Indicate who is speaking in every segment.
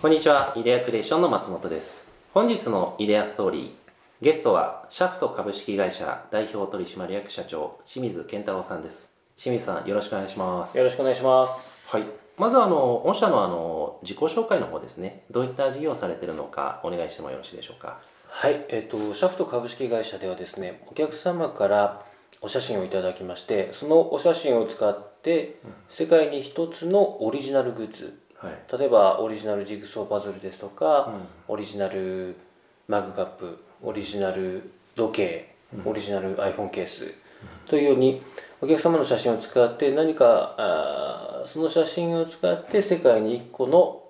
Speaker 1: こんにちは、イデアクリエーションの松本です。本日のイデアストーリー、ゲストは、シャフト株式会社代表取締役社長、清水健太郎さんです。清水さん、よろしくお願いします。
Speaker 2: よろしくお願いします。
Speaker 1: はい。まずは、あの、御社の、あの、自己紹介の方ですね。どういった事業をされているのか、お願いしてもよろしいでしょうか。
Speaker 2: はい、えっ、と、シャフト株式会社ではですね、お客様からお写真をいただきまして、そのお写真を使って、世界に一つのオリジナルグッズ、
Speaker 1: はい。
Speaker 2: 例えばオリジナルジグソーパズルですとか、
Speaker 1: うん
Speaker 2: オリジナルマグカップ、オリジナル時計、オリジナル iPhone ケース、というように、お客様の写真を使って何かあーその写真を使って世界に1個の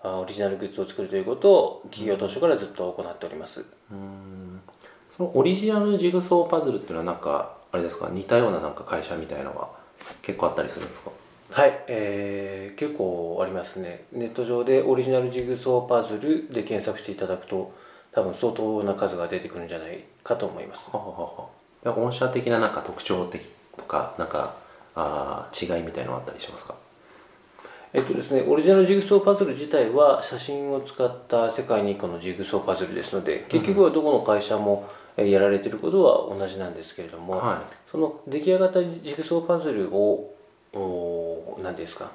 Speaker 2: あーオリジナルグッズを作るということを企業当初からずっと行っております、
Speaker 1: そのオリジナルジグソーパズルっていうのは、なんか、あれですか、似たようななんか会社みたいなのが結構あったりするんですか
Speaker 2: はい、えー結構ありますねネット上でオリジナルジグソーパズルで検索していただくと多分相当な数が出てくるんじゃないかと思います
Speaker 1: はははは御社的ななんか特徴的とかなんかあー違いみたいのあったりしますか
Speaker 2: えっとですねオリジナルジグソーパズル自体は写真を使った世界に1個のジグソーパズルですので結局はどこの会社もえーやられてることは同じなんですけれども、
Speaker 1: はい
Speaker 2: その出来上がったジグソーパズルをおー何ですか、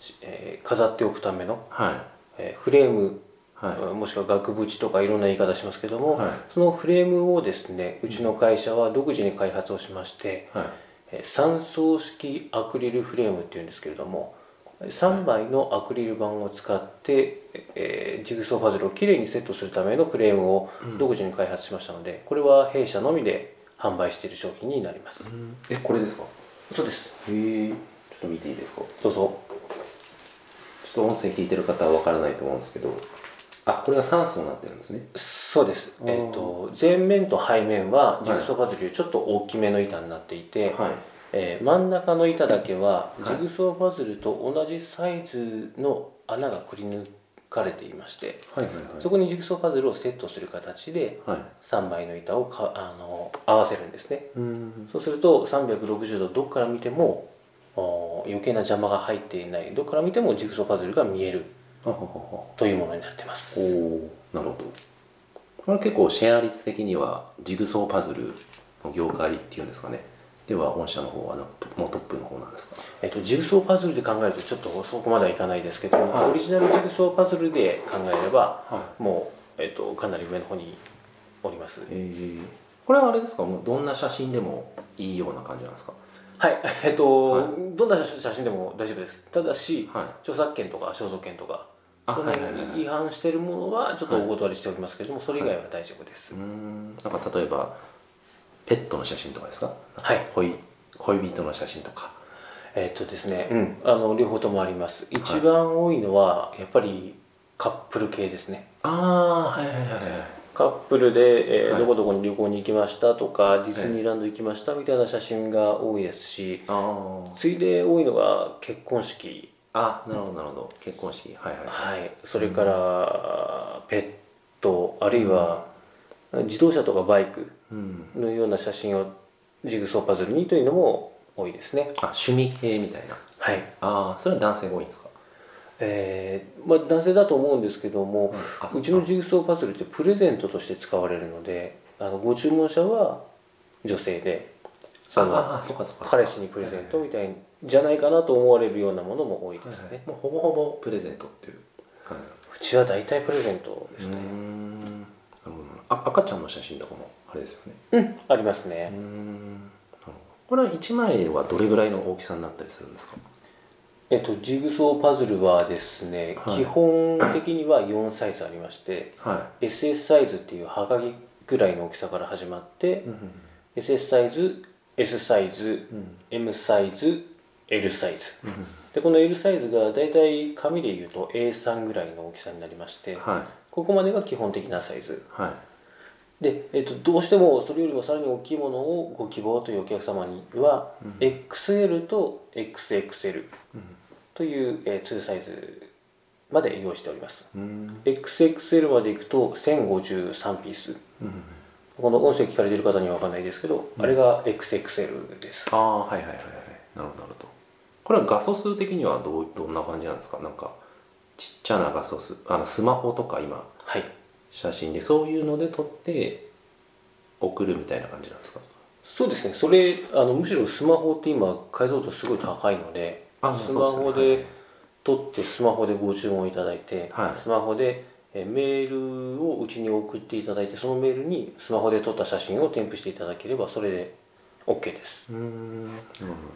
Speaker 2: しえー飾っておくための、
Speaker 1: は
Speaker 2: えーフレーム、
Speaker 1: いはい
Speaker 2: もしくは額縁とかいろんな言い方しますけども、
Speaker 1: はい
Speaker 2: そのフレームをですねうちの会社は独自に開発をしまして、
Speaker 1: はい
Speaker 2: えー三層式アクリルフレームっていうんですけれども3枚のアクリル板を使って、えージグソーパズルをきれいにセットするためのフレームを独自に開発しましたので、これは弊社のみで販売している商品になります、
Speaker 1: えこれですかへ
Speaker 2: そうです
Speaker 1: えちょっと見ていいですかちょ
Speaker 2: どうぞ
Speaker 1: っと音声聞いてる方はわからないと思うんですけどあこれが3層になってるんですね
Speaker 2: そうです、
Speaker 1: おー
Speaker 2: えー、と前面と背面はジグソーパズルよりちょっと大きめの板になっていて、
Speaker 1: はい
Speaker 2: えー真ん中の板だけは
Speaker 1: はい
Speaker 2: ジグソーパズルと同じサイズの穴がくり抜かれていまして
Speaker 1: はいはいはい
Speaker 2: そこにジグソーパズルをセットする形で
Speaker 1: はい
Speaker 2: 3枚の板をかあの合わせるんですね
Speaker 1: うん
Speaker 2: そうすると360度どっから見てもおー余計な邪魔が入っていないどっから見てもジグソーパズルが見える
Speaker 1: あははは
Speaker 2: というものになってま
Speaker 1: お
Speaker 2: す
Speaker 1: おなるほどこれは結構シェア率的にはジグソーパズルの業界っていうんですかねでは御社の方はなんかトもうトップの方なんですか
Speaker 2: えっと、ジグソーパズルで考えるとちょっとそこまではいかないですけど、
Speaker 1: はい
Speaker 2: オリジナルジグソーパズルで考えれば、
Speaker 1: は
Speaker 2: もう、えっと、かなり上の方におります
Speaker 1: えーこれはあれですかもうどんな写真でもいいような感じなんですか
Speaker 2: はいえっと、
Speaker 1: はい
Speaker 2: どんな写真写真でも大丈夫ですただし、
Speaker 1: は
Speaker 2: 著作権とか肖像権とか
Speaker 1: あ
Speaker 2: その
Speaker 1: はいはいはいはい
Speaker 2: 違反しているものはちょっとお断りしておりますけれども、それ以外は大丈夫です、
Speaker 1: うーんなんか例えばペットの写真とかですか
Speaker 2: はい
Speaker 1: 恋恋人の写真とか
Speaker 2: えっとですね、うん、あの両方ともあります一番多いのはやっぱりカップル系ですね
Speaker 1: ああはいはいはいはい
Speaker 2: カップルで、えー
Speaker 1: はい
Speaker 2: どこどこに旅行に行きましたとか、ディズニーランド行きましたみたいな写真が多いですし、
Speaker 1: あー
Speaker 2: ついで多いのが結婚式、
Speaker 1: あなるほどなるほど結婚式はいはいはい
Speaker 2: はい、それからペットあるいは自動車とかバイク
Speaker 1: うん
Speaker 2: のような写真をジグソーパズルにというのも多いですね。
Speaker 1: あ趣味系みたいな
Speaker 2: はい
Speaker 1: ああそれは男性が多いんですか
Speaker 2: えーまあ、男性だと思うんですけども、
Speaker 1: あ
Speaker 2: うちのジグソーパズルってプレゼントとして使われるのであのご注文者は女性でその
Speaker 1: ああそうかそうかそうか
Speaker 2: 彼氏にプレゼントみたいじゃないかなと思われるようなものも多いですね、
Speaker 1: はいはいもうほぼほぼプレゼントっていう感じなんですか
Speaker 2: うちは大体プレゼントです
Speaker 1: うー
Speaker 2: ね
Speaker 1: んなるほどなあ赤ちゃんの写真とかもあれですよね
Speaker 2: うん、ありますね、
Speaker 1: これは1枚はどれぐらいの大きさになったりするんですか
Speaker 2: えっと、ジグソーパズルはですね、
Speaker 1: はい
Speaker 2: 基本的には4サイズありまして
Speaker 1: は
Speaker 2: SS サイズっていうはがきぐらいの大きさから始まって、
Speaker 1: い、うん、
Speaker 2: SS サイズ S サイズ、M サイズ L サイズ、でこの L サイズがだいたい紙でいうと A3 ぐらいの大きさになりまして、
Speaker 1: はい
Speaker 2: ここまでが基本的なサイズ
Speaker 1: はい
Speaker 2: で、えっと、どうしてもそれよりもさらに大きいものをご希望というお客様には、XL と XXL という、えー、2サイズまで用意しております、
Speaker 1: うん、
Speaker 2: XXL までいくと1053ピース、
Speaker 1: ん
Speaker 2: この音声聞かれてる方には分かんないですけど、あれが XXL です
Speaker 1: ああはいはいはいはいなるほどなるほどこれは画素数的にはどうどんな感じなんですかなんかちっちゃな画素数あのスマホとか今
Speaker 2: はい
Speaker 1: 写真でそういうので撮って送るみたいな感じなんですか
Speaker 2: そうですねそれあのむしろスマホって今解像度すごい高いので
Speaker 1: あ
Speaker 2: スマ
Speaker 1: そ
Speaker 2: ホ
Speaker 1: うですね
Speaker 2: で撮ってスマホでご注文いただいて、
Speaker 1: はい
Speaker 2: スマホでえメールをうちに送っていただいてそのメールにスマホで撮った写真を添付していただければそれで OK です
Speaker 1: うーんなる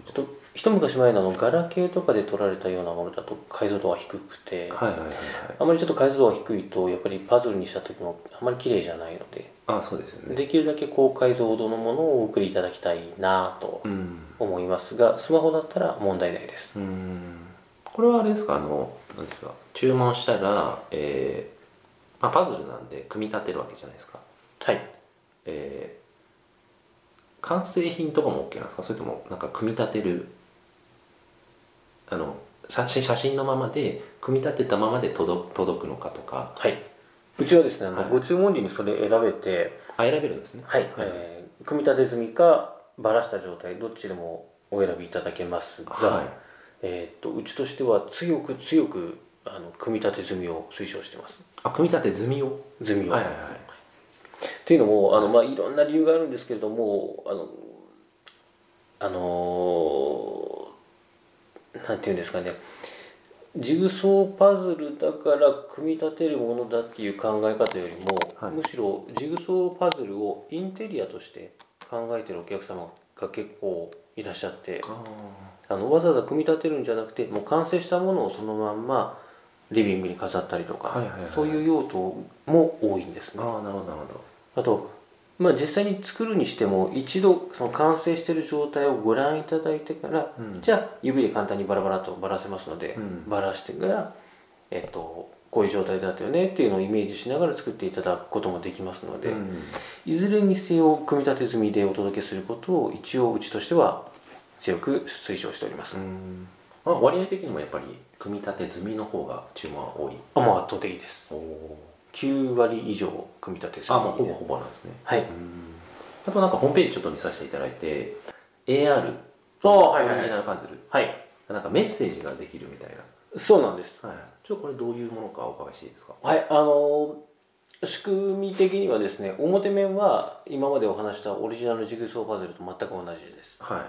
Speaker 1: ほ
Speaker 2: ちょっと一昔前のあのガラケーとかで撮られたようなものだと解像度が低くて、
Speaker 1: どはいはいはいはい
Speaker 2: あまりちょっと解像度が低いとやっぱりパズルにした時もあまり綺麗じゃないので
Speaker 1: あそうですよね
Speaker 2: できるだけ高解像度のものをお送りいただきたいなと
Speaker 1: うん
Speaker 2: 思いますがスマホだったら問題ないです
Speaker 1: うーんこれはあれですかあの何ですか注文したら、えーまあ、パズルなんで組み立てるわけじゃないですか、
Speaker 2: はい
Speaker 1: えー完成品とかも OK なんですかそれともなんか組み立てるあの写真写真のままで組み立てたままで届届くのかとか
Speaker 2: はいうちはですね、あの
Speaker 1: はい
Speaker 2: ご注文時にそれ選べて、
Speaker 1: あ選べるんですね
Speaker 2: はいえー組み立て済みかばらした状態どっちでもお選びいただけますが、
Speaker 1: はい
Speaker 2: えーっとうちとしては強く強くあの組み立て済みを推奨してます
Speaker 1: あ組み立て済みを
Speaker 2: 済みを、
Speaker 1: はいはいはい
Speaker 2: っていうのもあの、まあ、いろんな理由があるんですけれどもあのあのーなんていうんですかねジグソーパズルだから組み立てるものだっていう考え方よりも、
Speaker 1: はい
Speaker 2: むしろジグソーパズルをインテリアとして考えてるお客様が結構いらっしゃって
Speaker 1: あ
Speaker 2: あのわざわざ組み立てるんじゃなくてもう完成したものをそのまんまリビングに飾ったりとか、
Speaker 1: はいはいはい
Speaker 2: そういう用途も多いんです
Speaker 1: ー
Speaker 2: ね。
Speaker 1: あーなるほどなるほど
Speaker 2: あと、まあ、実際に作るにしても一度その完成している状態をご覧いただいてから、
Speaker 1: うん
Speaker 2: じゃあ指で簡単にバラバラとバラせますので、
Speaker 1: うん
Speaker 2: バラしてから、えっと、こういう状態だったよねっていうのをイメージしながら作っていただくこともできますので、
Speaker 1: うん
Speaker 2: いずれにせよ組み立て済みでお届けすることを一応うちとしては強く推奨しております、
Speaker 1: うんまあ、割合的にもやっぱり組み立て済みの方が注文は多い
Speaker 2: あもう圧倒的です
Speaker 1: おお
Speaker 2: 9割以上組み立て済み
Speaker 1: あもうほぼほぼなんですね
Speaker 2: はい、
Speaker 1: あとなんかホームページちょっと見させていただいて AR オリ
Speaker 2: ああはいは
Speaker 1: ジ
Speaker 2: い
Speaker 1: ナルパズル
Speaker 2: はい
Speaker 1: なんかメッセージができるみたい
Speaker 2: そうなんです
Speaker 1: な、はい、ちょっとこれどういうものかお伺いしていいですか
Speaker 2: はい、あの仕組み的にはですね表面は今までお話したオリジナルジグソーパズルと全く同じです
Speaker 1: は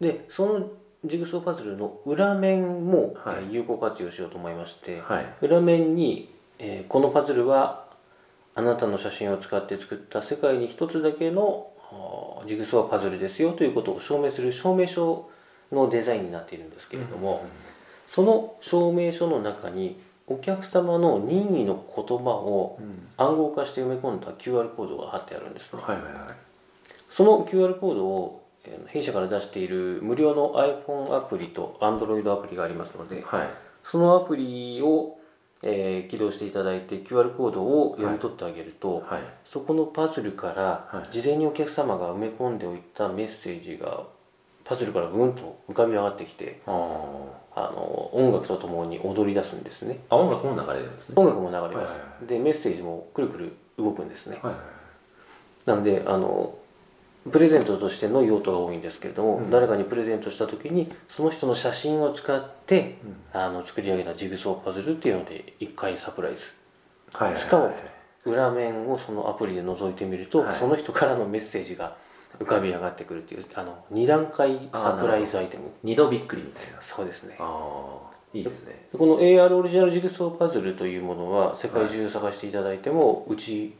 Speaker 2: でそのジグソーパズルの裏面も、
Speaker 1: はい
Speaker 2: えー有効活用しようと思いまして、
Speaker 1: いはい
Speaker 2: 裏面に、えーこのパズルはあなたの写真を使って作った世界に一つだけのあージグソーパズルですよということを証明する証明書のデザインになっているんですけれども、その証明書の中にお客様の任意の言葉を
Speaker 1: うん
Speaker 2: 暗号化して埋め込んだ QR コードが貼ってあるんですね
Speaker 1: はいはいはい
Speaker 2: その QR コードをえー弊社から出している無料の iPhone アプリと Android アプリがありますので
Speaker 1: はい
Speaker 2: そのアプリを、えー起動していただいて QR コードを読み取ってあげると、
Speaker 1: はい
Speaker 2: そこのパズルか
Speaker 1: は
Speaker 2: ら
Speaker 1: い
Speaker 2: 事前にお客様が埋め込んでおいたメッセージがパズルからぐんと浮かび上がってきて
Speaker 1: あー
Speaker 2: あの音楽とともに踊り出すんですね
Speaker 1: あ音楽も流れるんですね
Speaker 2: 音楽も流れます、
Speaker 1: はいはいは
Speaker 2: でメッセージもくるくる動くんですね、
Speaker 1: はいは
Speaker 2: なのであのプレゼントとしての用途が多いんですけれども、
Speaker 1: うん
Speaker 2: 誰かにプレゼントした時にその人の写真を使って、
Speaker 1: うん
Speaker 2: あの作り上げたジグソーパズルっていうので一回サプライズ
Speaker 1: いはいはいはい
Speaker 2: しかも裏面をそのアプリで覗いてみると、
Speaker 1: はい
Speaker 2: その人からのメッセージが浮かび上がってくるっていうあの2段階サプライズアイテム
Speaker 1: 二度びっくりみたいな
Speaker 2: そうですね
Speaker 1: ああーいいですね
Speaker 2: この AR オリジナルジグソーパズルというものは世界中探していただいても、うち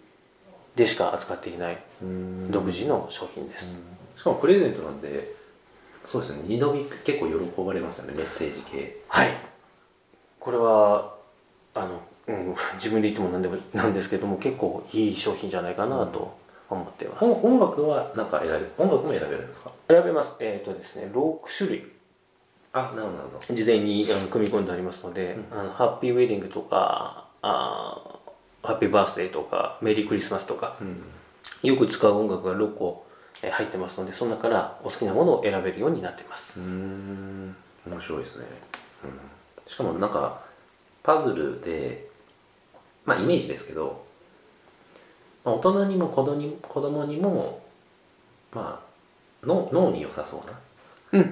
Speaker 2: でしか扱っていない
Speaker 1: うん
Speaker 2: 独自の商品です、
Speaker 1: しかもプレゼントなんでそうですね二度びっくり結構喜ばれますよねメッセージ系
Speaker 2: はいこれはあの、うん、自分で言っても何でもなんですけども結構いい商品じゃないかなと思っています、
Speaker 1: 音音楽はなんか選べ音楽も選べるんですか
Speaker 2: 選べますえっ、とですね6種類
Speaker 1: あなるほどなるほど
Speaker 2: 事前にあの組み込んでありますので、あのハッピーウェディングとかあーハッピーバースデーとかメリークリスマスとか、
Speaker 1: うん
Speaker 2: よく使う音楽が6個えー入ってますのでその中からお好きなものを選べるようになってます、
Speaker 1: うーん面白いですね、うん、しかもなんかパズルでまあイメージですけど、まあ、大人にも子供に子供にもまあの脳に良さそうな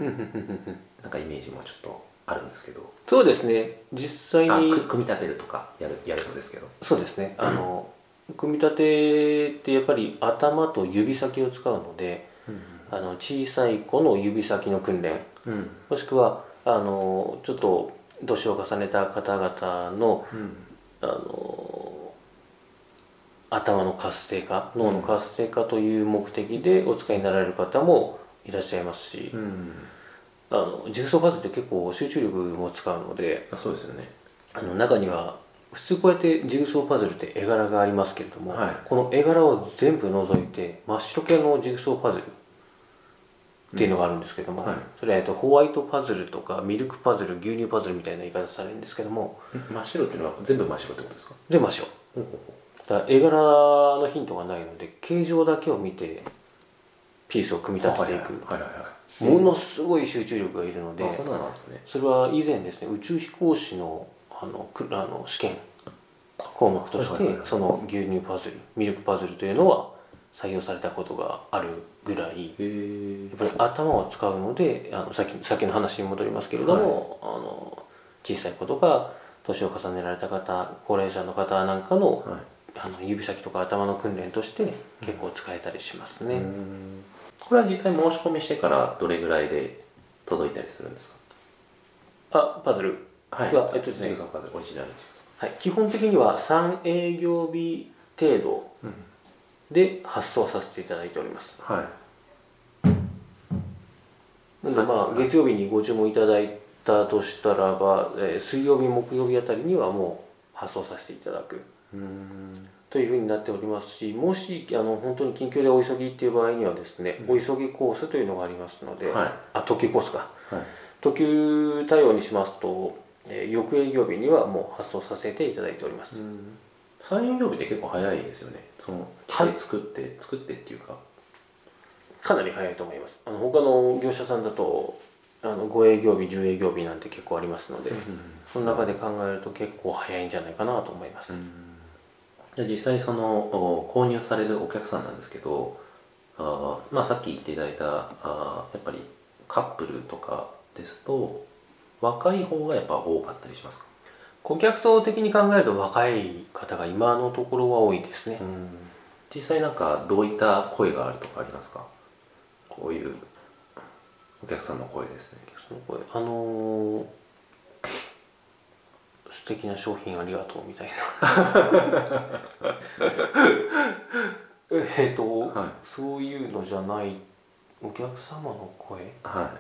Speaker 1: なんかイメージもちょっとあるんですけど
Speaker 2: そうですね実際
Speaker 1: あ
Speaker 2: に
Speaker 1: く組み立てるとかやるやるのですけど
Speaker 2: そうですねあの、組み立てってやっぱり頭と指先を使うのであの小さい子の指先の訓練
Speaker 1: うん
Speaker 2: もしくはあのちょっと年を重ねた方々の
Speaker 1: うん
Speaker 2: あの頭の活性化脳の活性化という目的でお使いになられる方もいらっしゃいますし、
Speaker 1: うん
Speaker 2: あのジグソーパズルって結構集中力も使うので
Speaker 1: あそうですよね
Speaker 2: あの中には普通こうやってジグソーパズルって絵柄がありますけれども、
Speaker 1: はい
Speaker 2: この絵柄を全部除いて真っ白系のジグソーパズルっていうのがあるんですけども、
Speaker 1: うんはい
Speaker 2: それはえっとホワイトパズルとかミルクパズル牛乳パズルみたいな言い方されるんですけども
Speaker 1: 真っ白っていうのは全部真っ白ってことですか
Speaker 2: 全部真っ白
Speaker 1: ほう
Speaker 2: だから絵柄のヒントがないので形状だけを見てピースを組み立てていく
Speaker 1: はいはいは
Speaker 2: ものすごい集中力がいるの
Speaker 1: い
Speaker 2: で、
Speaker 1: あそうなんですね
Speaker 2: それは以前ですね宇宙飛行士のあのくあの試験項目とし
Speaker 1: はいはい
Speaker 2: て
Speaker 1: はい
Speaker 2: その牛乳パズルミルクパズルというのは採用されたことがあるぐらい
Speaker 1: へえ
Speaker 2: やっぱり頭を使うのであのさっきさっきの話に戻りますけれども、あの小さい子とか年を重ねられた方高齢者の方なんかの,、
Speaker 1: はい
Speaker 2: あの指先とか頭の訓練として結構使えたりしますね。
Speaker 1: うんこれは実際申し込みしてからどれぐらいで届いたりするんです
Speaker 2: あパズル
Speaker 1: かはい
Speaker 2: はえっとですね
Speaker 1: ジグソーパズルオリジナルジグソ
Speaker 2: はい、基本的には3営業日程度
Speaker 1: うん
Speaker 2: で発送させていただいております、
Speaker 1: ーはい
Speaker 2: なのでまあ月曜日にご注文いただいたとしたらば、えー水曜日木曜日あたりにはもう発送させていただく
Speaker 1: うん
Speaker 2: というふうになっておりますしもしあの本当に緊急でお急ぎっていう場合にはですね、お急ぎコースというのがありますので、
Speaker 1: はい
Speaker 2: あ特急コースか
Speaker 1: はい
Speaker 2: 特急対応にしますと、えー翌営業日にはもう発送させていただいております、
Speaker 1: 34曜日って結構早いですよねその
Speaker 2: はい
Speaker 1: 規制作って、作ってっていうか
Speaker 2: かなり早いと思いますあの他の業者さんだとあの5営業日10営業日なんて結構ありますので、その中で考えると結構早いんじゃないかなと思います、
Speaker 1: で実際そのお購入されるお客さんなんですけどあー、まあ、さっき言っていただいたあーやっぱりカップルとかですと若い方がやっぱ多かったりしますか
Speaker 2: 顧客層的に考えると若い方が今のところは多いですね、
Speaker 1: 実際なんかどういった声があるとかありますかこういうお客さんの声ですね
Speaker 2: その声あのー素敵な商品ありがとうみたいなえっと、
Speaker 1: はい
Speaker 2: そういうのじゃないお客様の声
Speaker 1: は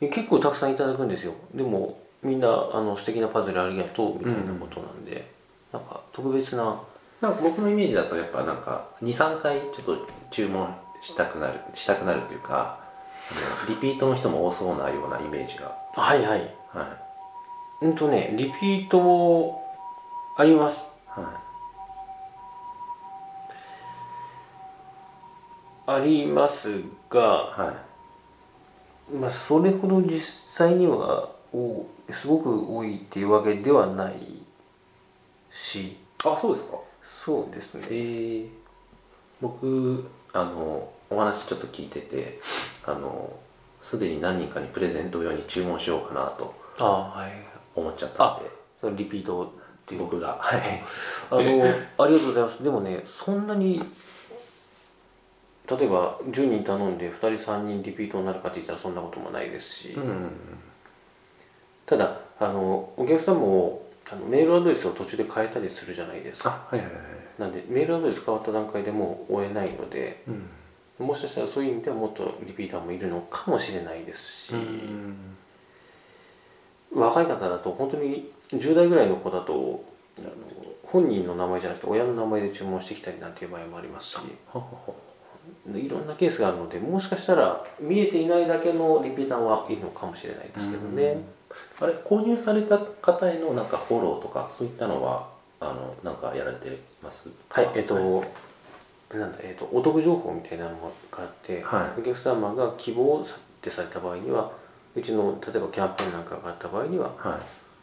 Speaker 2: 結構たくさんいただくんですよでもみんなあの素敵なパズルありがとうみたいなことなんで、なんか特別ない
Speaker 1: なんか僕のイメージだとやっぱなんか23回ちょっと注文したくなるしたくなるっていうかあのリピートの人も多そうなようなイメージが
Speaker 2: はいはい
Speaker 1: は
Speaker 2: うんとねリピートもあります
Speaker 1: いは
Speaker 2: ありますが、
Speaker 1: いはい
Speaker 2: まあ、それほど実際にはおすごく多いっていうわけではないし
Speaker 1: あそうですか
Speaker 2: そうです
Speaker 1: え
Speaker 2: ね
Speaker 1: ー、僕あのお話ちょっと聞いててあのすでに何人かにプレゼント用に注文しようかなと
Speaker 2: あはい
Speaker 1: 思っちゃったんで
Speaker 2: そのリピートっていう
Speaker 1: 僕がはい
Speaker 2: あのありがとうございますでもねそんなに例えば10人頼んで2人3人リピートになるかって言ったらそんなこともないですし、
Speaker 1: うん
Speaker 2: ただあのお客様もあのメールアドレスを途中で変えたりするじゃないですか
Speaker 1: あはいはいはい
Speaker 2: なんでメールアドレス変わった段階でもう終えないので
Speaker 1: うん
Speaker 2: もしかしたらそういう意味ではもっとリピーターもいるのかもしれないですし、
Speaker 1: うん
Speaker 2: 若い方だと本当に10代ぐらいの子だとあの本人の名前じゃなくて親の名前で注文してきたりなんていう場合もありますし
Speaker 1: ほほほ
Speaker 2: いろんなケースがあるのでもしかしたら見えていないだけのリピーターはいるのかもしれないですけどね、
Speaker 1: あれ購入された方へのなんかフォローとかそういったのはあのなんかやられてます
Speaker 2: はい
Speaker 1: は
Speaker 2: えっ、
Speaker 1: い
Speaker 2: と、なんだえっ、とお得情報みたいなのがあって、
Speaker 1: はい
Speaker 2: お客様が希望ってされた場合にはうちの例えばキャンペーンなんかがあった場合には、
Speaker 1: はい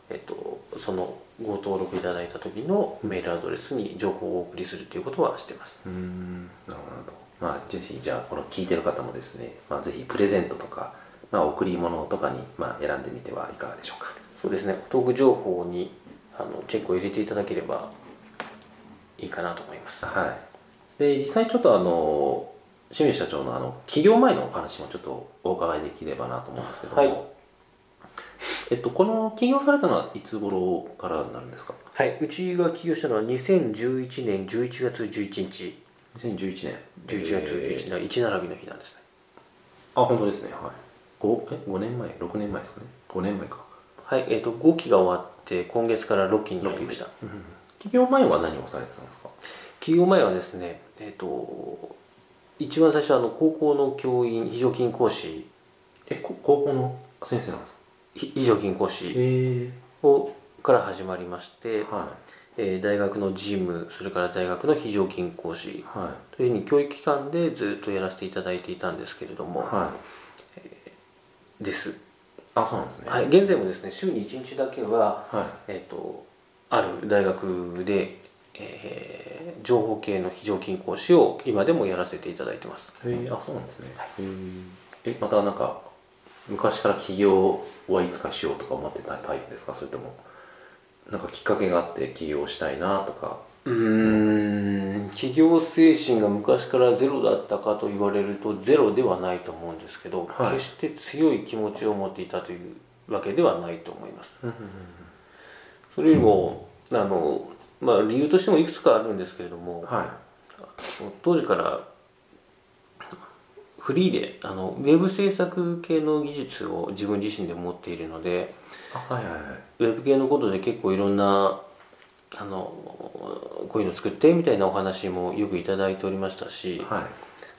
Speaker 2: えっと、そのご登録いただいた時のメールアドレスに情報をお送りするということはしてます、
Speaker 1: うんなるほどなるほどまあぜひじゃあこの聞いてる方もですね、まあ、ぜひプレゼントとかまあ、贈り物とかに、まあ、選んでみてはいかがでしょうか
Speaker 2: そうですねお得情報にあのチェックを入れていただければいいかなと思います
Speaker 1: はい、で実際ちょっとあの清水社長のあの起業前のお話もちょっとお伺いできればなと思うんですけども、
Speaker 2: はい
Speaker 1: えっと、この起業されたのはいつ頃からになるんですか
Speaker 2: はいうちが起業したのは2011年11月11日
Speaker 1: 2011年
Speaker 2: 11月11日の一並びの日なんですね
Speaker 1: あ本当ですねはい 5, え5年前6年前ですかね5年前か
Speaker 2: はいえっ、と5期が終わって今月から6期になりました
Speaker 1: 起業前は何をされてたんですか
Speaker 2: 起業前はですねえっ、と一番最初はあの高校の教員非常勤講師
Speaker 1: えこ高校の先生なんですか
Speaker 2: ひ非常勤講師
Speaker 1: へえ
Speaker 2: をから始まりまして、
Speaker 1: は
Speaker 2: えー大学の事務それから大学の非常勤講師
Speaker 1: いは
Speaker 2: というふうに教育機関でずっとやらせていただいていたんですけれど
Speaker 1: い
Speaker 2: も、
Speaker 1: はい
Speaker 2: です、
Speaker 1: あそうなんですね
Speaker 2: はい、現在もですね週に1日だけは、
Speaker 1: は
Speaker 2: えー、とある大学で、えー情報系の非常勤講師を今でもやらせていただいてます
Speaker 1: いへえあそうなんですねへええまたなんか昔から起業はいつかしようとか思ってたタイプですかそれともなんかきっかけがあって起業したいなとか
Speaker 2: うーん企業精神が昔からゼロだったかと言われるとゼロではないと思うんですけど、
Speaker 1: はい
Speaker 2: 決して強い気持ちを持っていたというわけではないと思いますそれよりもあの、まあ、理由としてもいくつかあるんですけれども、
Speaker 1: は
Speaker 2: 当時からフリーであのウェブ制作系の技術を自分自身で持っているので
Speaker 1: いあはいはいはい
Speaker 2: ウェブ系のことで結構いろんなあのこういうの作ってみたいなお話もよくいただいておりましたし
Speaker 1: はい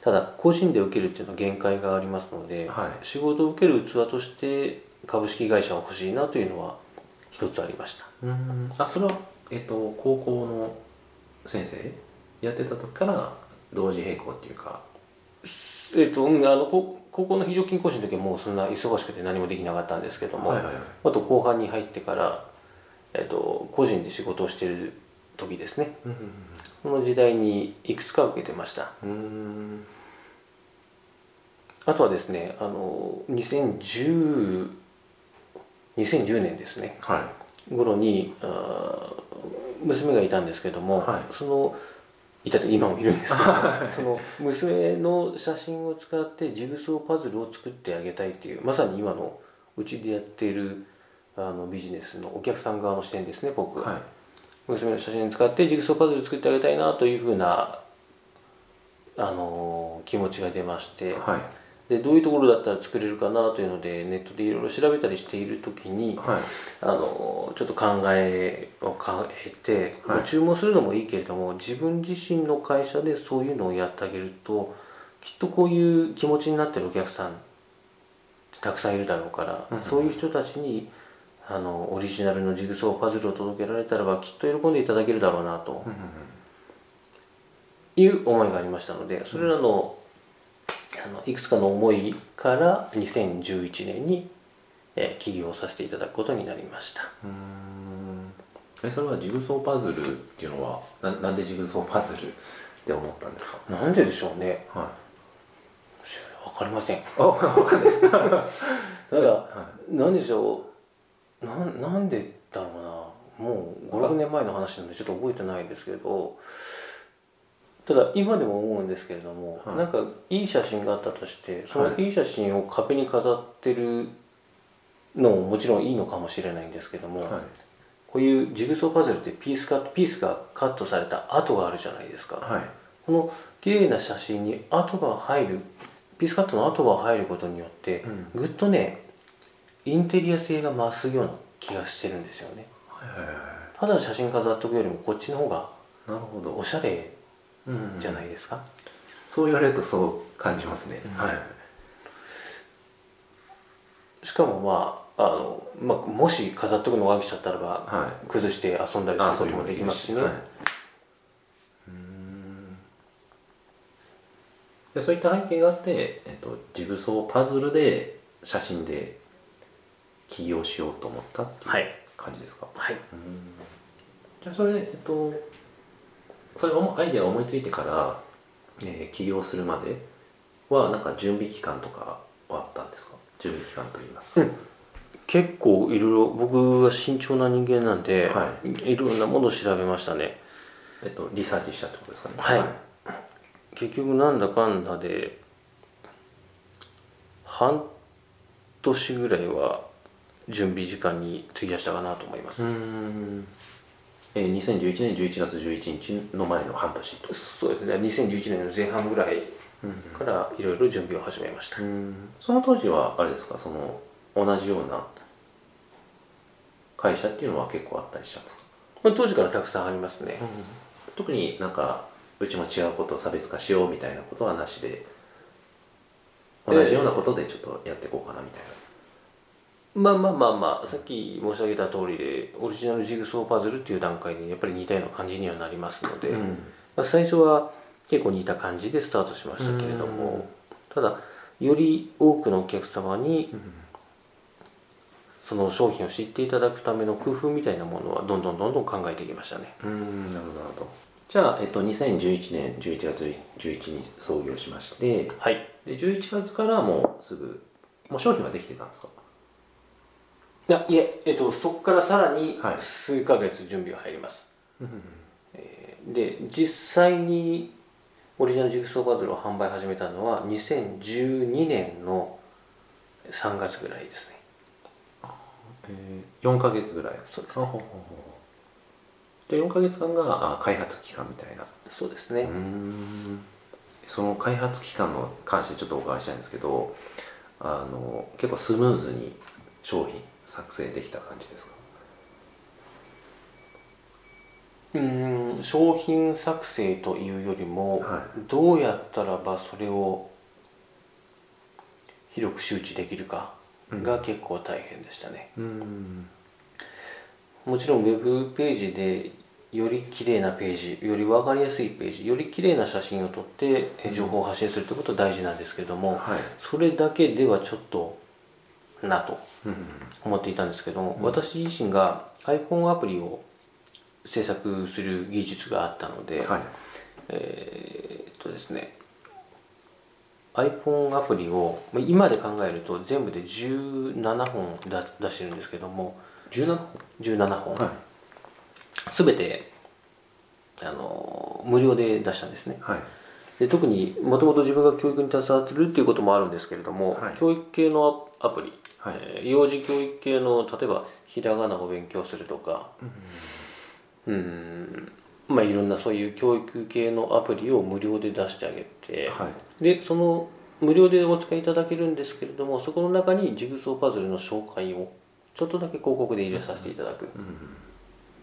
Speaker 2: ただ個人で受けるっていうのは限界がありますので、
Speaker 1: はい
Speaker 2: 仕事を受ける器として株式会社は欲しいなというのは一つありました
Speaker 1: うんあそれはえっと高校の先生やってた時から同時並行っていうか
Speaker 2: えっと、うんあのこ高校の非常勤講師の時はもうそんな忙しくて何もできなかったんですけども、
Speaker 1: はいはいはい
Speaker 2: あと後半に入ってから、えっと、個人で仕事をしてる時ですねその時代にいくつか受けてました
Speaker 1: うん
Speaker 2: あとはですねあの 2010, 2010年ですね
Speaker 1: は
Speaker 2: 頃にあー娘がいたんですけども、
Speaker 1: はい
Speaker 2: そのいたって今もいるんですけど、その娘の写真を使ってジグソーパズルを作ってあげたいっていうまさに今のうちでやっているあのビジネスのお客さん側の視点ですね僕
Speaker 1: い
Speaker 2: は、
Speaker 1: はい
Speaker 2: 娘の写真を使ってジグソーパズル作ってあげたいなというふうな、あのー気持ちが出まして、
Speaker 1: はい
Speaker 2: でどういうところだったら作れるかなというのでネットでいろいろ調べたりしている時に、
Speaker 1: はい
Speaker 2: あのちょっと考えを変えて、
Speaker 1: はい
Speaker 2: 注文するのもいいけれども自分自身の会社でそういうのをやってあげるときっとこういう気持ちになってるお客さんってたくさんいるだろうから、
Speaker 1: うんうん
Speaker 2: そういう人たちにあのオリジナルのジグソーパズルを届けられたらばきっと喜んでいただけるだろうなと
Speaker 1: うんうんうん
Speaker 2: いう思いがありましたのでそれらの,、あのいくつかの思いから2011年に、えー起業させていただくことになりました。
Speaker 1: うーんえそれはジグソーパズルっていうのはななんでジグソーパズルって思ったんですか
Speaker 2: なんででしょうね
Speaker 1: はい
Speaker 2: わかりません
Speaker 1: あ分かんないですか
Speaker 2: ただなんでしょうなんなんでだろうなもう56年前の話なんでちょっと覚えてないんですけどただ今でも思うんですけれども、
Speaker 1: はい
Speaker 2: なんかいい写真があったとしてその
Speaker 1: はい
Speaker 2: いい写真を壁に飾ってるのももちろんいいのかもしれないんですけども、
Speaker 1: はい
Speaker 2: こういうジグソーパズルってピースカピースがカットされた跡があるじゃないですか、
Speaker 1: はい
Speaker 2: この綺麗な写真に跡が入るピースカットの跡が入ることによって、
Speaker 1: うん
Speaker 2: ぐっとねインテリア性が増すような気がしてるんですよね
Speaker 1: はいはいはいは
Speaker 2: ただ写真飾っとくよりもこっちの方が
Speaker 1: いなるほ
Speaker 2: お
Speaker 1: ど、
Speaker 2: しゃれ
Speaker 1: うんうん
Speaker 2: じゃないですか、
Speaker 1: そう言われるとそう感じますね、はい
Speaker 2: しかもまああの、まあ、もし飾っとくのが飽きちゃったらば、
Speaker 1: は
Speaker 2: 崩して遊んだり
Speaker 1: あ
Speaker 2: す
Speaker 1: そう
Speaker 2: る
Speaker 1: いうの
Speaker 2: ことも
Speaker 1: も
Speaker 2: で
Speaker 1: で
Speaker 2: き
Speaker 1: き
Speaker 2: ま
Speaker 1: ますす
Speaker 2: し
Speaker 1: し
Speaker 2: ね、
Speaker 1: ね、はい、うーんでそういった背景があって、えっと、ジグソーパズルで写真で起業しようと思ったっていう
Speaker 2: はい
Speaker 1: 感じですか、
Speaker 2: はい
Speaker 1: じゃあそれでえっとそれ思アイデアを思いついてから、えー起業するまではなんか準備期間とかはあったんですか準備期間といいますか、
Speaker 2: うん、結構いろいろ僕は慎重な人間なんで、、
Speaker 1: はい
Speaker 2: ろんなものを調べましたね
Speaker 1: えっと、リサーチしたってことですかね
Speaker 2: はい結局なんだかんだで半年ぐらいは準備時間に費やしたかなと思います、
Speaker 1: うーん、えー、2011年11月11日の前の半年と
Speaker 2: そうですね2011年の前半ぐらいからいろいろ準備を始めました、
Speaker 1: その当時はあれですかその同じような会社っていうのは結構あったりしたんですか
Speaker 2: まあ、当時からたくさんありますね、
Speaker 1: 特になんかうちも違うことを差別化しようみたいなことはなしで同じようなことでちょっとやっていこうかなみたいな、
Speaker 2: まあまあまあまあさっき申し上げた通りでオリジナルジグソーパズルっていう段階でやっぱり似たような感じにはなりますので、
Speaker 1: ん
Speaker 2: まあ、最初は結構似た感じでスタートしましたけれどもただより多くのお客様にその商品を知っていただくための工夫みたいなものはどんどんどんどん考えていきましたね
Speaker 1: うーんなるほどなるほどじゃあ、えっと、2011年11月11日創業しまして
Speaker 2: はい
Speaker 1: で11月からもうすぐもう商品はできてたんですか
Speaker 2: いやいえ、えっと、そこからさらに
Speaker 1: はい
Speaker 2: 数ヶ月準備が入ります、えーで実際にオリジナルジグソーパズルを販売始めたのは2012年の3月ぐらいですね
Speaker 1: 4ヶ月ぐらい
Speaker 2: そうです
Speaker 1: ねじゃあ4ヶ月間があ開発期間みたいな
Speaker 2: そうですね、
Speaker 1: うーんその開発期間の関してちょっとお伺いしたいんですけどあの結構スムーズに商品作成できた感じですか
Speaker 2: うーん商品作成というよりも、
Speaker 1: は
Speaker 2: どうやったらばそれを広く周知できるかが結構大変でしたね、
Speaker 1: うん
Speaker 2: もちろんウェブページでより綺麗なページより分かりやすいページより綺麗な写真を撮ってえ情報を発信するってことは大事なんですけれども、
Speaker 1: はい
Speaker 2: それだけではちょっとなと
Speaker 1: うん
Speaker 2: 思っていたんですけども、私自身が iPhone アプリを制作する技術があったので、
Speaker 1: はい
Speaker 2: えっとですね iPhone アプリをまあ今で考えると全部で17本だ出してるんですけども
Speaker 1: 17
Speaker 2: 17本、
Speaker 1: はい
Speaker 2: 全てあの無料で出したんですね
Speaker 1: はい
Speaker 2: で特にもともと自分が教育に携わってるっていうこともあるんですけれども、
Speaker 1: はい
Speaker 2: 教育系のアアプリ、
Speaker 1: はい
Speaker 2: えー幼児教育系の例えばひらがなを勉強するとかうーんまあいろんなそういう教育系のアプリを無料で出してあげて、
Speaker 1: はい
Speaker 2: でその無料でお使いいただけるんですけれどもそこの中にジグソーパズルの紹介をちょっとだけ広告で入れさせていただく、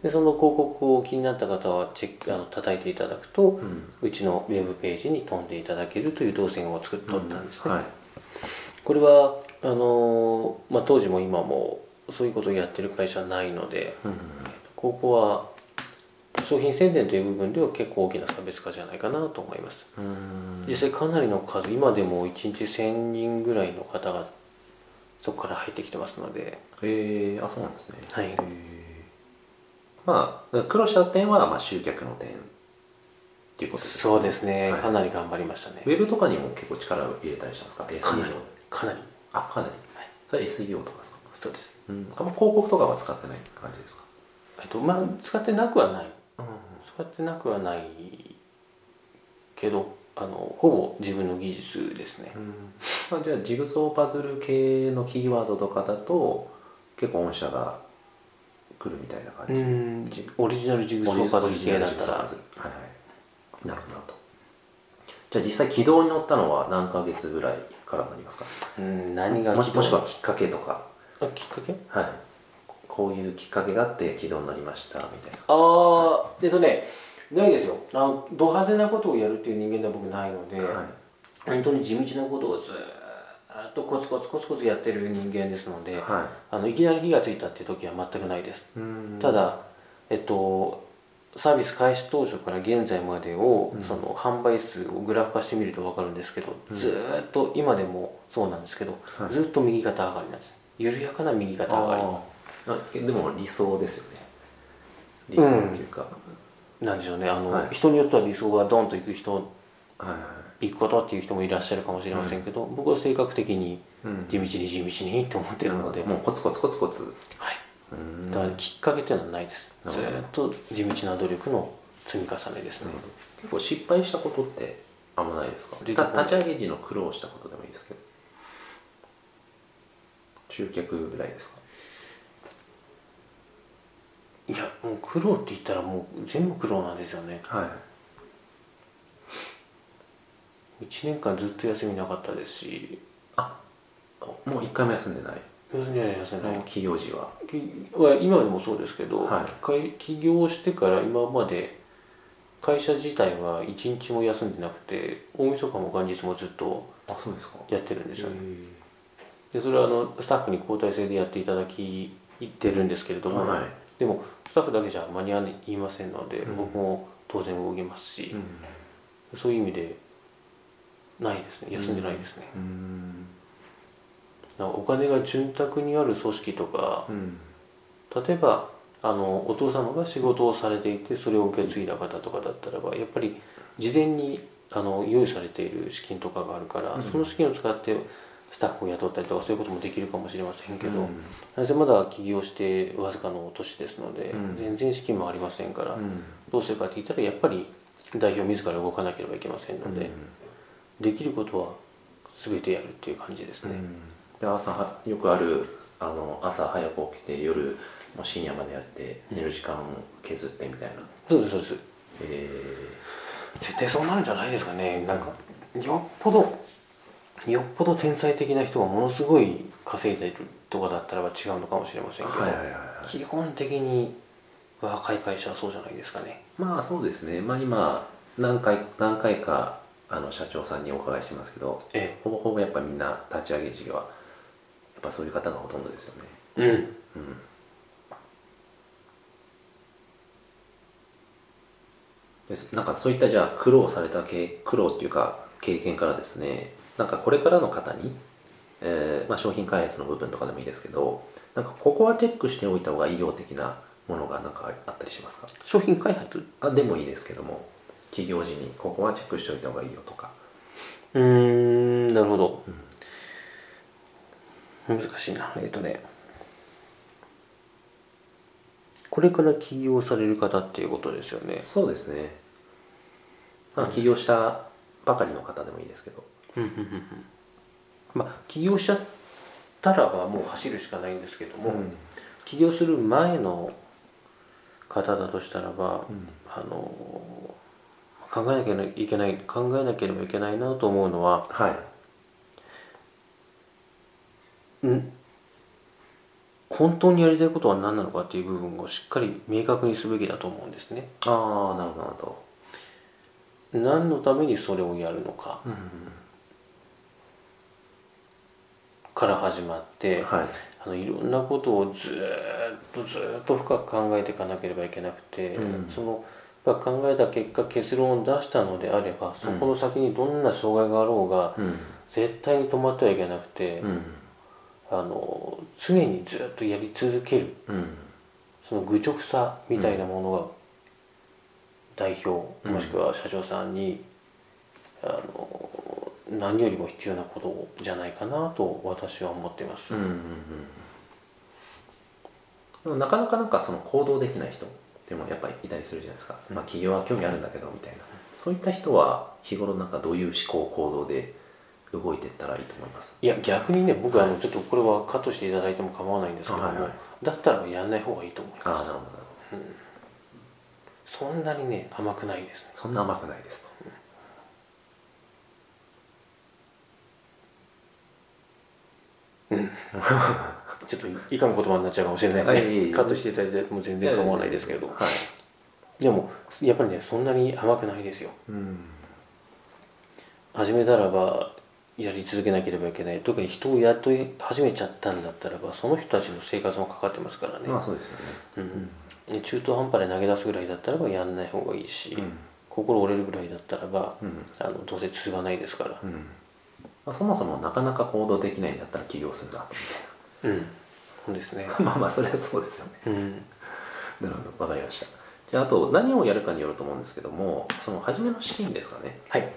Speaker 2: でその広告を気になった方はチェックあの叩いていただくと、うんちのウェブページに飛んでいただけるという動線を作っとったんですね、
Speaker 1: はい
Speaker 2: これはあのーまあ、当時も今もそういうことをやってる会社はないので、ここは商品宣伝という部分では結構大きな差別化じゃないかなと思います
Speaker 1: うん
Speaker 2: 実際かなりの数今でも1日1000人ぐらいの方がそこから入ってきてますので
Speaker 1: えー、あそうなんですね
Speaker 2: はい
Speaker 1: えーまあ苦労した点は、まあ、集客の点っていうことです
Speaker 2: そうですね、
Speaker 1: はい
Speaker 2: かなり頑張りましたね
Speaker 1: ウェブとかにも結構力を入れたりしたんですか SEO
Speaker 2: かなりかなり
Speaker 1: あかなり、それ SEO とかですか
Speaker 2: そうです、
Speaker 1: うん、あんま広告とかは使ってない感じですか
Speaker 2: えっとまあ使ってなくはない
Speaker 1: うん
Speaker 2: 使ってなくはないけどあのほぼ自分の技術ですね、
Speaker 1: まあ、じゃあジグソーパズル系のキーワードとかだと結構御社が来るみたいな感
Speaker 2: う
Speaker 1: じ、
Speaker 2: んじオリジナルジグソーパズル系だったら
Speaker 1: はいはいなるほどなるほどじゃあ実際軌道に乗ったのは何ヶ月ぐらいからになりますか
Speaker 2: うん何が
Speaker 1: もしもしくはきっかけとか
Speaker 2: あきっかけ
Speaker 1: はいこういうきっかけがあって軌道になりましたみたいな
Speaker 2: ああえっとねないですよあのド派手なことをやるっていう人間では僕ないので、
Speaker 1: はい
Speaker 2: 本当に地道なことをずーっとコツコツコツコツやってる人間ですので、
Speaker 1: はい
Speaker 2: あのいきなり火がついたっていう時は全くないです、
Speaker 1: うん
Speaker 2: ただえっとサービス開始当初から現在までを、その販売数をグラフ化してみると分かるんですけど、ずーっと今でもそうなんですけど、ずーっと右肩上がりなんです緩やかな右肩上がり
Speaker 1: あーあでも理想ですよね理想っていうか、
Speaker 2: なんでしょうねあの、
Speaker 1: はい
Speaker 2: 人によっては理想がドンといく人
Speaker 1: はいはい
Speaker 2: 行くことっていう人もいらっしゃるかもしれませんけど、僕は性格的に
Speaker 1: うん
Speaker 2: 地道に地道にって思ってるので、
Speaker 1: もうコツコツコツコツ
Speaker 2: はい、
Speaker 1: うん
Speaker 2: だからきっかけっていうのはないです、
Speaker 1: なる
Speaker 2: ず
Speaker 1: ほど
Speaker 2: ーっと地道な努力の積み重ねですね、
Speaker 1: 結構失敗したことってあんまないですか
Speaker 2: 出てこない
Speaker 1: た立ち上げ時の苦労したことでもいいですけど集客ぐらいですか
Speaker 2: いやもう苦労って言ったらもう全部苦労なんですよね
Speaker 1: はい
Speaker 2: 1年間ずっと休みなかったですし
Speaker 1: あもう一回も休んでない、
Speaker 2: 休んでない休んでない
Speaker 1: もう起業時は
Speaker 2: きは今でもそうですけど、
Speaker 1: はい
Speaker 2: かい起業してから今まで会社自体は一日も休んでなくて大晦日も元日もずっと
Speaker 1: あそうですか
Speaker 2: やってるんですよね、でそれはあのスタッフに交代制でやっていただきてるんですけれども、
Speaker 1: はい
Speaker 2: でもスタッフだけじゃ間に合いませんので、
Speaker 1: うん
Speaker 2: 僕も当然動きますし
Speaker 1: う、ん
Speaker 2: そういう意味でないですね休んでないですね、
Speaker 1: うん
Speaker 2: なんかお金が潤沢にある組織とか
Speaker 1: うん
Speaker 2: 例えばあのお父様が仕事をされていてそれを受け継いだ方とかだったらばやっぱり事前にあの用意されている資金とかがあるから、その資金を使ってスタッフを雇ったりとかそういうこともできるかもしれませんけど、
Speaker 1: うん
Speaker 2: なぜまだ起業してわずかの年ですので、
Speaker 1: うん
Speaker 2: 全然資金もありませんから、
Speaker 1: うん
Speaker 2: どうするかって言ったらやっぱり代表自ら動かなければいけませんので、できることは全てやるっていう感じです
Speaker 1: う
Speaker 2: ね、
Speaker 1: んで朝はよくあるあの朝早く起きて夜もう深夜までやって寝る時間を削ってみたいな、
Speaker 2: そうですそうです
Speaker 1: え
Speaker 2: 絶対そうなるんじゃないですかねなんかよっぽどよっぽど天才的な人がものすごい稼いでるとかだったらば違うのかもしれませ
Speaker 1: ー
Speaker 2: んけど、
Speaker 1: はいはいはいはい
Speaker 2: 基本的に若い会社はそうじゃないですかね
Speaker 1: まあそうですねまあ今何回何回かあの社長さんにお伺いしてますけど
Speaker 2: え
Speaker 1: ほぼほぼやっぱみんな立ち上げ時はやっぱそういう方がほとんどですよね
Speaker 2: えうん
Speaker 1: うんですなんかそういったじゃあ苦労された経苦労っていうか経験からですねなんかこれからの方に、えーまあ、商品開発の部分とかでもいいですけどなんかここはチェックしておいた方が医療的なものがなんかあったりしますか
Speaker 2: 商品開発
Speaker 1: あでもいいですけども企業時にここはチェックしておいた方がいいよとか
Speaker 2: うーんなるほど、難しいなえっ、とねこれから起業される方っていうことですよね
Speaker 1: そうですねまあ起業したばかりの方でもいいですけど
Speaker 2: まあ起業しちゃったらばもう走るしかないんですけども、
Speaker 1: うん
Speaker 2: 起業する前の方だとしたらば、
Speaker 1: ん
Speaker 2: あの考えなきゃいけない考えなければいけないなと思うのは
Speaker 1: はい
Speaker 2: ん本当にやりたいことは何なのかっていう部分をしっかり明確にすべきだと思うんですね
Speaker 1: ああなるほどなるほど
Speaker 2: 何のためにそれをやるのかから始まって、
Speaker 1: はい
Speaker 2: あのいろんなことをずーっとずーっと深く考えていかなければいけなくて、
Speaker 1: うん
Speaker 2: その深く考えた結果結論を出したのであればそこの先にどんな障害があろうが、
Speaker 1: うん
Speaker 2: 絶対に止まってはいけなくて、
Speaker 1: うん
Speaker 2: あの常にずっとやり続ける
Speaker 1: うん
Speaker 2: その愚直さみたいなものが代表、
Speaker 1: うん
Speaker 2: もしくは社長さんにあの何よりも必要なことじゃないかなと私は思っています、
Speaker 1: うんうんでもなかなかなんかその行動できない人でもやっぱりいたりするじゃないですか、まあ企業は興味あるんだけどみたいなそういった人は日頃なんかどういう思考行動で動いてったらいいと思います
Speaker 2: いや逆にね僕はあのちょっとこれはカットしていただいても構わないんですけども、
Speaker 1: はいはい
Speaker 2: だったらやんない方がいいと思い
Speaker 1: ああな
Speaker 2: ま
Speaker 1: るほどなるほど
Speaker 2: すそんなにね甘くないですね
Speaker 1: そんな甘くないですと
Speaker 2: ちょっといかん言葉になっちゃうかもしれないの
Speaker 1: はいいい
Speaker 2: でカットしていただいても全然構わないですけど
Speaker 1: はい
Speaker 2: でもやっぱりねそんなに甘くないですよ
Speaker 1: うん
Speaker 2: 始めたらばやり続けなければいけない特に人を雇い始めちゃったんだったらばその人たちの生活もかかってますからね、
Speaker 1: まあそうですよね
Speaker 2: うんで中途半端で投げ出すぐらいだったらばやんない方がいいし、心折れるぐらいだったらば、
Speaker 1: ん
Speaker 2: あのどうせ続かないですから、
Speaker 1: うんまあ、そもそもなかなか行動できないんだったら起業するなみ
Speaker 2: うん、そうですね
Speaker 1: た、いなまあまあそれはそうですよね
Speaker 2: うん、
Speaker 1: なるほどわかりましたじゃああと何をやるかによると思うんですけどもその初めの資金ですかね
Speaker 2: はい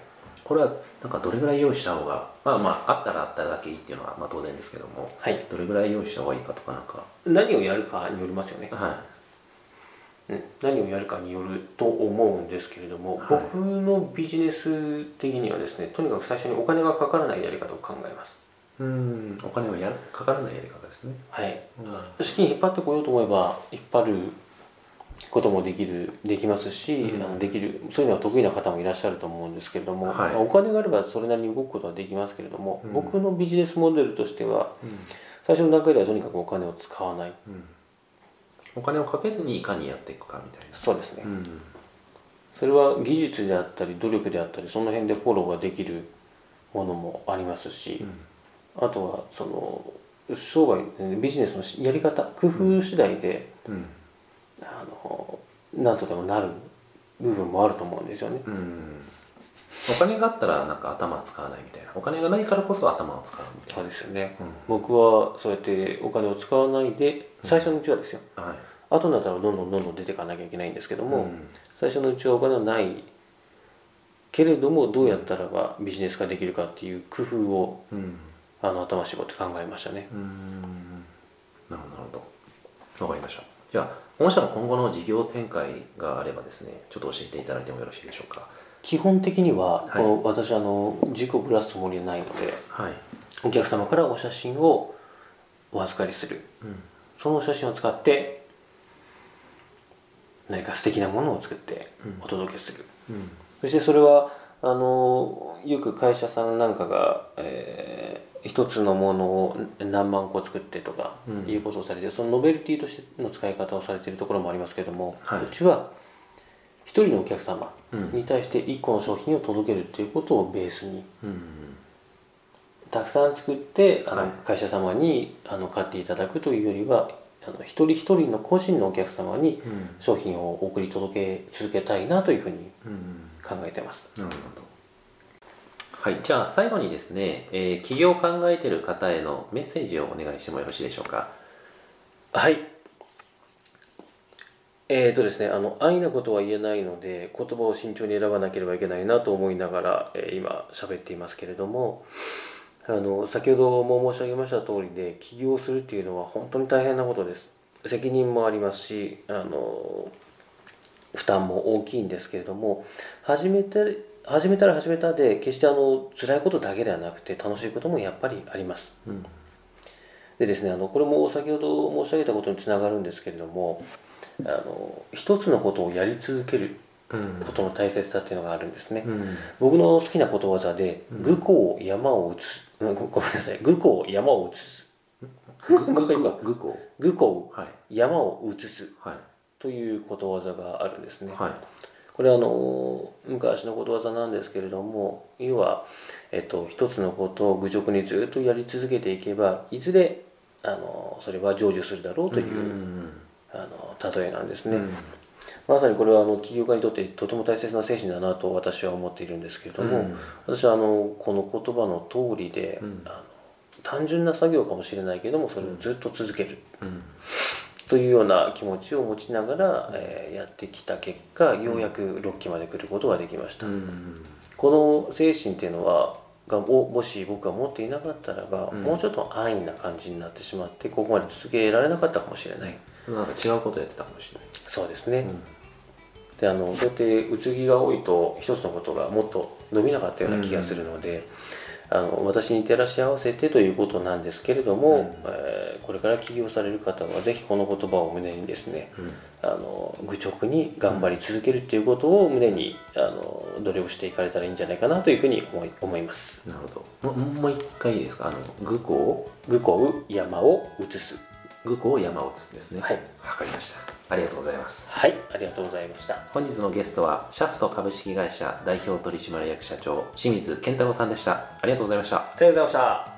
Speaker 1: これはなんかどれぐらい用意した方がまあまああったらあったらだけいいっていうのはまあ当然ですけども、
Speaker 2: はい
Speaker 1: どれぐらい用意した方がいいかとかなんか
Speaker 2: 何をやるかによりますよね、
Speaker 1: は
Speaker 2: うん、何をやるかによると思うんですけれども、僕のビジネス的にはですねとにかく最初にお金がかからないやり方を考えます
Speaker 1: いうんお金をやらかからないやり方ですね、
Speaker 2: はい
Speaker 1: うんは
Speaker 2: 資金引っ張ってこようと思えば引っ張ることもできるできますし、
Speaker 1: うん
Speaker 2: あのできるそういうのは得意な方もいらっしゃると思うんですけれども、
Speaker 1: はい
Speaker 2: お金があればそれなりに動くことはできますけれども、
Speaker 1: うん
Speaker 2: 僕のビジネスモデルとしては
Speaker 1: うん
Speaker 2: 最初の段階ではとにかくお金を使わない
Speaker 1: うん、お金をかけずにいかにやっていくかみたいな
Speaker 2: そうですね、
Speaker 1: うん
Speaker 2: それは技術であったり努力であったりその辺でフォローができるものもありますし、あとはその商売ビジネスのしやり方工夫次第で、
Speaker 1: うん
Speaker 2: あのなんとでもなる部分もあると思うんですよね。
Speaker 1: うんお金があったらなんか頭使わないみたいなお金がないからこそ頭を使うみたい
Speaker 2: そうですよね、
Speaker 1: うん
Speaker 2: 僕はそうやってお金を使わないで最初のうちはですよ、
Speaker 1: なはい
Speaker 2: 後になったらどんどんどんどん出ていかなきゃいけないんですけども、
Speaker 1: うん
Speaker 2: 最初のうちはお金はないけれどもどうやったらばビジネスができるかっていう工夫を
Speaker 1: うん
Speaker 2: あの頭絞って考えましたね。
Speaker 1: うんなるほどなるほどわかりましたじゃあ御社の今後の事業展開があればですねちょっと教えていただいてもよろしいでしょうか
Speaker 2: 基本的には、
Speaker 1: い
Speaker 2: この私あの事故をぶらすつもりはないので
Speaker 1: はい
Speaker 2: お客様からお写真をお預かりする
Speaker 1: うん
Speaker 2: その写真を使って何か素敵なものを作ってお届けする、
Speaker 1: うん
Speaker 2: そしてそれはあのよく会社さんなんかが、えー一つのものを何万個作ってとか
Speaker 1: うん
Speaker 2: いうことをされて、そのノベルティとしての使い方をされているところもありますけども、
Speaker 1: はいう
Speaker 2: ちは一人のお客様に対して一個の商品を届けるということをベースに
Speaker 1: うん
Speaker 2: たくさん作ってあの、
Speaker 1: はい
Speaker 2: 会社様にあの買っていただくというよりはあの一人一人の個人のお客様に
Speaker 1: うん
Speaker 2: 商品を送り届け続けたいなというふうに
Speaker 1: うん
Speaker 2: 考えてます
Speaker 1: なるほど。はい、じゃあ最後にですね、えー起業を考えている方へのメッセージをお願いしてもよろしいでしょうか。
Speaker 2: はいえーとですね、あの安易なことは言えないので言葉を慎重に選ばなければいけないなと思いながら、えー今喋っていますけれどもあの先ほども申し上げました通りで起業するっていうのは本当に大変なことです責任もありますしあの負担も大きいんですけれども始めて始めたら始めたで決してあの辛いことだけではなくて楽しいこともやっぱりあります
Speaker 1: うん、
Speaker 2: でですねあのこれも先ほど申し上げたことにつながるんですけれどもあの一つのことをやり続ける
Speaker 1: うん
Speaker 2: こ、との大切さっていうのがあるんですね、
Speaker 1: うん、
Speaker 2: 僕の好きなことわざで「
Speaker 1: うん
Speaker 2: 愚行山を移す」うんごごめんなさい「愚行山を移す」もう一回言うか
Speaker 1: ぐこ、
Speaker 2: 「愚行
Speaker 1: はい、
Speaker 2: 山を移す
Speaker 1: はい、」
Speaker 2: ということわざがあるんですね、
Speaker 1: はい、
Speaker 2: これはあの昔のことわざなんですけれども要は、えっと、一つのことを愚直にずっとやり続けていけばいずれあのそれは成就するだろうという、
Speaker 1: うん
Speaker 2: あの例えなんです
Speaker 1: う
Speaker 2: ね、
Speaker 1: ん、
Speaker 2: まさにこれはあの起業家にとってとても大切な精神だなと私は思っているんですけれども、
Speaker 1: うん
Speaker 2: 私はあのこの言葉の通りで、
Speaker 1: うん
Speaker 2: あの単純な作業かもしれないけれどもそれをずっと続ける
Speaker 1: うん、
Speaker 2: というような気持ちを持ちながら、えーやってきた結果ようやく6期まで来ることができました、
Speaker 1: うん、
Speaker 2: この精神っていうのはがをもし僕が持っていなかったらば、
Speaker 1: うん
Speaker 2: もうちょっと安易な感じになってしまってここまで続けられなかったかもしれない
Speaker 1: なんか違うことやってたかもしれ
Speaker 2: そうですね、
Speaker 1: ない。
Speaker 2: であのそうやってうつぎが多いと一つのことがもっと伸びなかったような気がするので、あの私に照らし合わせてということなんですけれども、えーこれから起業される方はぜひこの言葉を胸にですね
Speaker 1: うん、
Speaker 2: あの愚直に頑張り続けるっていうことを胸にあの努力していかれたらいいんじゃないかなというふうに思い思います。
Speaker 1: なるほど。ももう一回いいですか。あのぐこ、
Speaker 2: 愚行山を移す
Speaker 1: ぐこを山を打つですね。
Speaker 2: はい、
Speaker 1: わかりました。ありがとうございます。
Speaker 2: はいありがとうございました。
Speaker 1: 本日のゲストはシャフト株式会社代表取締役社長清水健太郎さんでしたありがとうございました
Speaker 2: ありがとうございました。